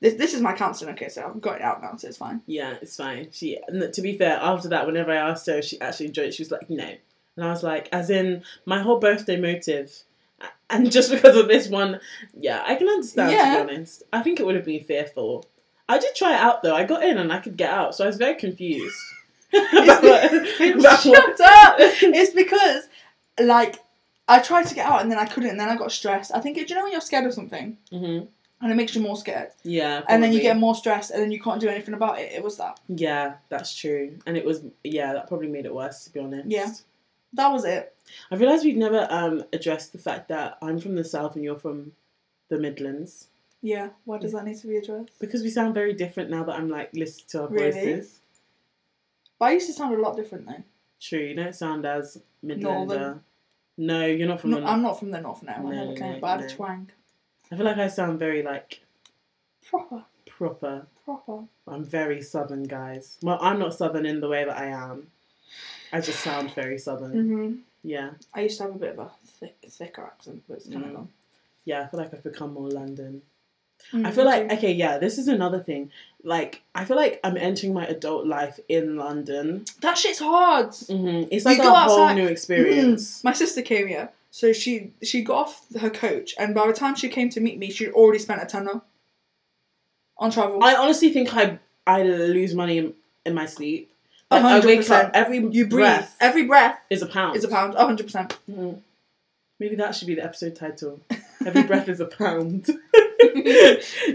A: This, this is my counselling, okay, so I've got it out now, so it's fine.
B: Yeah, it's fine. She, n- to be fair, after that, whenever I asked her if she actually enjoyed it, she was like, no. And I was like, as in, my whole birthday motive. a- And just because of this one, yeah, I can understand,
A: Yeah.
B: to be honest. I think it would have been fearful. I did try it out, though. I got in and I could get out, so I was very confused. about what- about what-
A: Shut up! It's because, like, I tried to get out and then I couldn't, and then I got stressed. I think, do you know when you're scared of something?
B: Mhm.
A: And it makes you more scared.
B: Yeah.
A: And then you
B: probably.
A: get more stressed, and then you can't do anything about it. It was that.
B: Yeah, that's true. And it was, yeah, that probably made it worse, to be honest.
A: Yeah. That was it.
B: I realised we've never um, addressed the fact that I'm from the South and you're from the Midlands.
A: Yeah, why does that need to be addressed?
B: Because we sound very different now that I'm like listening to our
A: Really?
B: voices.
A: But I used to sound a lot different, though.
B: True, you don't sound as Midlander.
A: Northern.
B: No, you're not from.
A: No,
B: the
A: I'm not from the north now,
B: No,
A: I never
B: no,
A: came, but I had
B: no.
A: a twang.
B: I feel like I sound very like
A: Proper,
B: proper.
A: proper.
B: I'm very southern, guys. Well, I'm not southern in the way that I am. I just sound very southern.
A: hmm
B: Yeah,
A: I used to have a bit of a thick, thicker accent, but it's kind
B: Mm.
A: of gone.
B: yeah. I feel like I've become more London. I
A: Mm,
B: feel
A: me
B: like
A: too.
B: okay, yeah. This is another thing. Like I feel like I'm entering my adult life in London.
A: that shit's hard.
B: hmm It's like
A: go
B: a whole
A: outside- Mm-hmm.
B: new experience.
A: My sister came here, so she she got off her coach, and by the time she came to meet me, she'd already spent a tenner on travel.
B: I honestly think I I lose money in, in my sleep.
A: A
B: Like, I
A: hundred
B: wake up
A: percent.
B: every
A: You breathe.
B: breath
A: Every breath
B: is a pound.
A: is a pound. A hundred percent.
B: Mm. Maybe that should be the episode title. Every breath is a pound.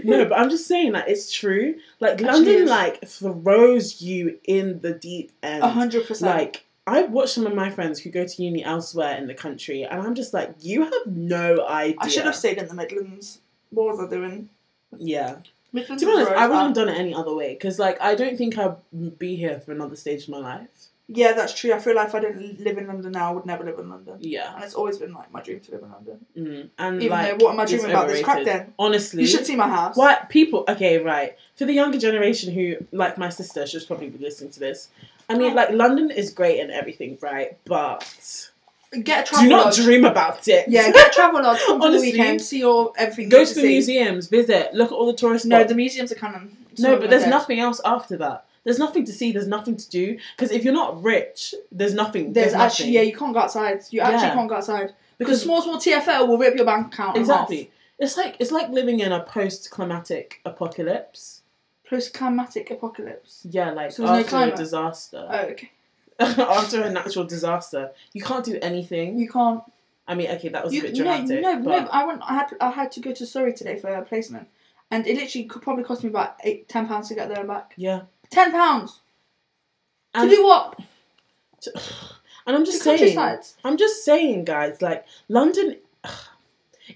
B: no, but I'm just saying that it's true. Like
A: Actually
B: London,
A: is.
B: like throws you in the deep end.
A: A hundred percent.
B: Like I've watched some of my friends who go to uni elsewhere in the country, and I'm just like, you have no idea.
A: I should have stayed in the Midlands. What was I doing?
B: Yeah.
A: Midlands
B: To be honest,
A: is where
B: I
A: it's
B: wouldn't have
A: at.
B: done it any other way because, like, I don't think I'd be here for another stage of my life.
A: Yeah, that's true. I feel like if I didn't live in London now, I would never live in London.
B: Yeah.
A: And it's always been like my dream to live in London.
B: Mm. And
A: Even
B: like,
A: though, what am I
B: it's
A: dreaming about? This crap
B: overrated.
A: then.
B: Honestly,
A: You should see my house.
B: What people? Okay, right. For the younger generation, who like my sister, she's probably be listening to this. I mean, like London is great and everything, right? But
A: Get a
B: do
A: travel
B: not
A: lodge.
B: dream about it.
A: Yeah, get travel lodge. Come for the
B: Honestly.
A: weekend. See all everything.
B: go
A: you
B: to
A: see.
B: the museums, visit, look at all the tourist
A: No,
B: spots.
A: the museums are canon. It's
B: No,
A: not
B: but
A: in my
B: there's
A: head.
B: nothing else after that. There's nothing to see. There's nothing to do. Because if you're not rich, there's nothing.
A: There's,
B: nothing.
A: actually yeah, you can't go outside. You actually
B: Yeah.
A: can't go outside because
B: because
A: small small TFL will rip your bank account.
B: exactly. It's like it's like living in a post-climatic apocalypse.
A: Plus climatic apocalypse.
B: Yeah, like
A: So there's no
B: after a
A: climate?
B: disaster,
A: Oh, okay.
B: after a natural disaster, you can't do anything.
A: You can't.
B: I mean, okay, that was
A: You,
B: a bit
A: no,
B: dramatic.
A: no,
B: but
A: no. I went. I had. I had to go to Surrey today for a placement, and it literally could probably cost me about eight, ten pounds to get there and back.
B: Yeah,
A: Ten pounds to
B: And-
A: do what?
B: and I'm
A: To
B: just saying,
A: countryside.
B: I'm just saying, guys, like London,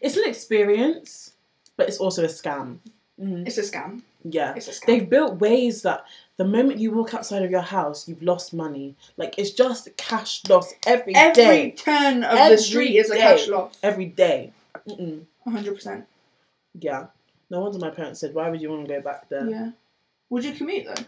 B: it's an experience, but it's also a scam. Mhm.
A: It's a scam.
B: Yeah,
A: Mm-hmm. It's a scam.
B: they've built ways that the moment you walk outside of your house, you've lost money. Like it's just cash loss every
A: Every
B: day,
A: turn of
B: Every
A: the street is a
B: day.
A: cash loss.
B: every day. Mm-mm.
A: hundred percent.
B: Yeah. No wonder my parents said, "Why would you want to go back there?"
A: Yeah. Would you commute though?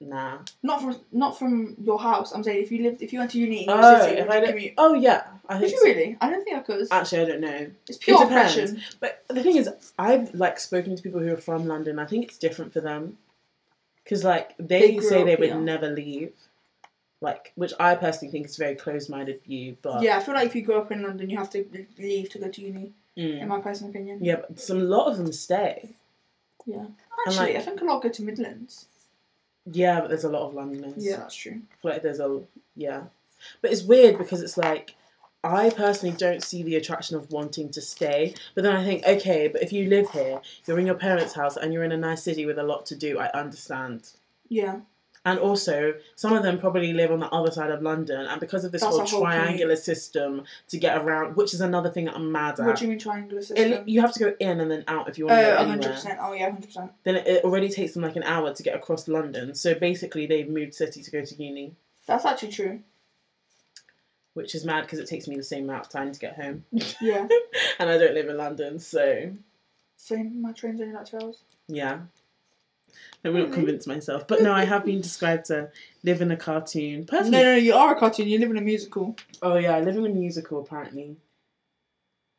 B: Nah.
A: Not from not from your house. I'm saying if you lived if you went to uni in your
B: Oh,
A: city,
B: if
A: would
B: I
A: you
B: don't-
A: commute?
B: Oh yeah, I
A: Would
B: think
A: you
B: so.
A: really? I don't think I could.
B: Actually, I don't know.
A: it's pure
B: depends.
A: oppression.
B: But the thing is, I've like spoken to people who are from London. I think it's different for them. because like
A: They
B: they,
A: grew
B: say they
A: up
B: would
A: here.
B: never leave, like which I personally think is a very closed-minded view. But
A: Yeah, I feel like if you grow up in London, you have to leave to go to uni.
B: Mm.
A: In my personal opinion.
B: yeah, but some a lot of them stay. And,
A: Actually,
B: like-
A: I think a lot go to Midlands.
B: Yeah, but there's a lot of Londoners.
A: that's true.
B: like there's a yeah, but it's weird because it's like. I personally don't see the attraction of wanting to stay, but then I think, okay, but if you live here, you're in your parents' house and you're in a nice city with a lot to do, I understand.
A: Yeah,
B: And also, some of them probably live on the other side of London, and because of this
A: That's
B: whole,
A: a whole
B: triangular system to get around, which is another thing that I'm mad at.
A: what do you mean triangular
B: It-
A: system?
B: you have to go in and then out if you
A: Oh,
B: want to go
A: hundred
B: anywhere.
A: percent. Oh yeah, hundred percent.
B: Then it, it already takes them like an hour to get across London. So basically, they've moved city to go to uni,
A: That's actually true.
B: which is mad because it takes me the same amount of time to get home,
A: Yeah,
B: and I don't live in London, so
A: same. My train's only like two hours.
B: yeah. I wouldn't
A: Really?
B: convince myself, but no, I have been described to live in a cartoon.
A: No,
B: Personally,
A: no, no, you are a cartoon. You live in a musical.
B: oh yeah, I live in a musical apparently.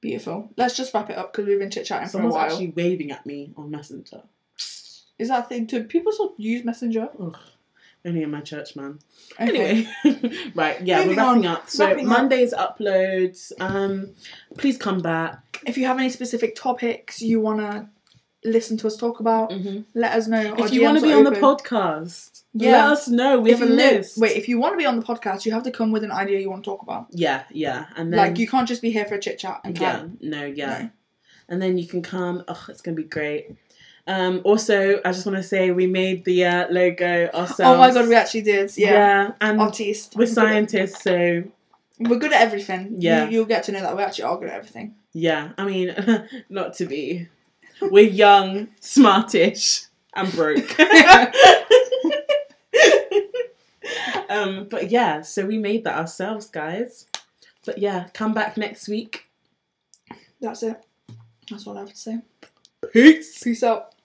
A: Beautiful. Let's just wrap it up because we've been chit chatting for a
B: Someone's
A: while.
B: actually waving at me on Messenger.
A: Is that a thing? Do people still use Messenger?
B: Ugh, only in my church, man.
A: Okay.
B: Anyway, right, yeah,
A: Moving
B: we're
A: on,
B: wrapping up. So
A: wrapping up.
B: Monday's uploads. Um, please come back.
A: if you have any specific topics you wanna listen to us talk about,
B: Mm-hmm.
A: let us know. Our
B: Mm. If you
A: DMs
B: want to be
A: are
B: on the
A: open.
B: podcast, let
A: Yeah.
B: us know. We
A: If
B: have a
A: you know-
B: list.
A: Wait, if you want to be on the podcast, you have to come with an idea you want to talk about.
B: Yeah, yeah, and then
A: like you can't just be here for a chit chat and
B: yeah,
A: chat.
B: no, yeah,
A: No.
B: and then you can come. Oh, it's gonna be great. Um, also, I just want to say we made the uh, logo ourselves.
A: Oh my god, we actually did.
B: yeah.
A: Yeah,
B: and
A: artist.
B: we're scientists, so
A: We're good at everything.
B: Yeah.
A: you, will get to know that we actually are good at everything.
B: Yeah, I mean, not to be. We're young, smartish, and broke. um, but yeah, so we made that ourselves, guys. But yeah, come back next week.
A: That's it. That's all I have to say.
B: Peace.
A: Peace out.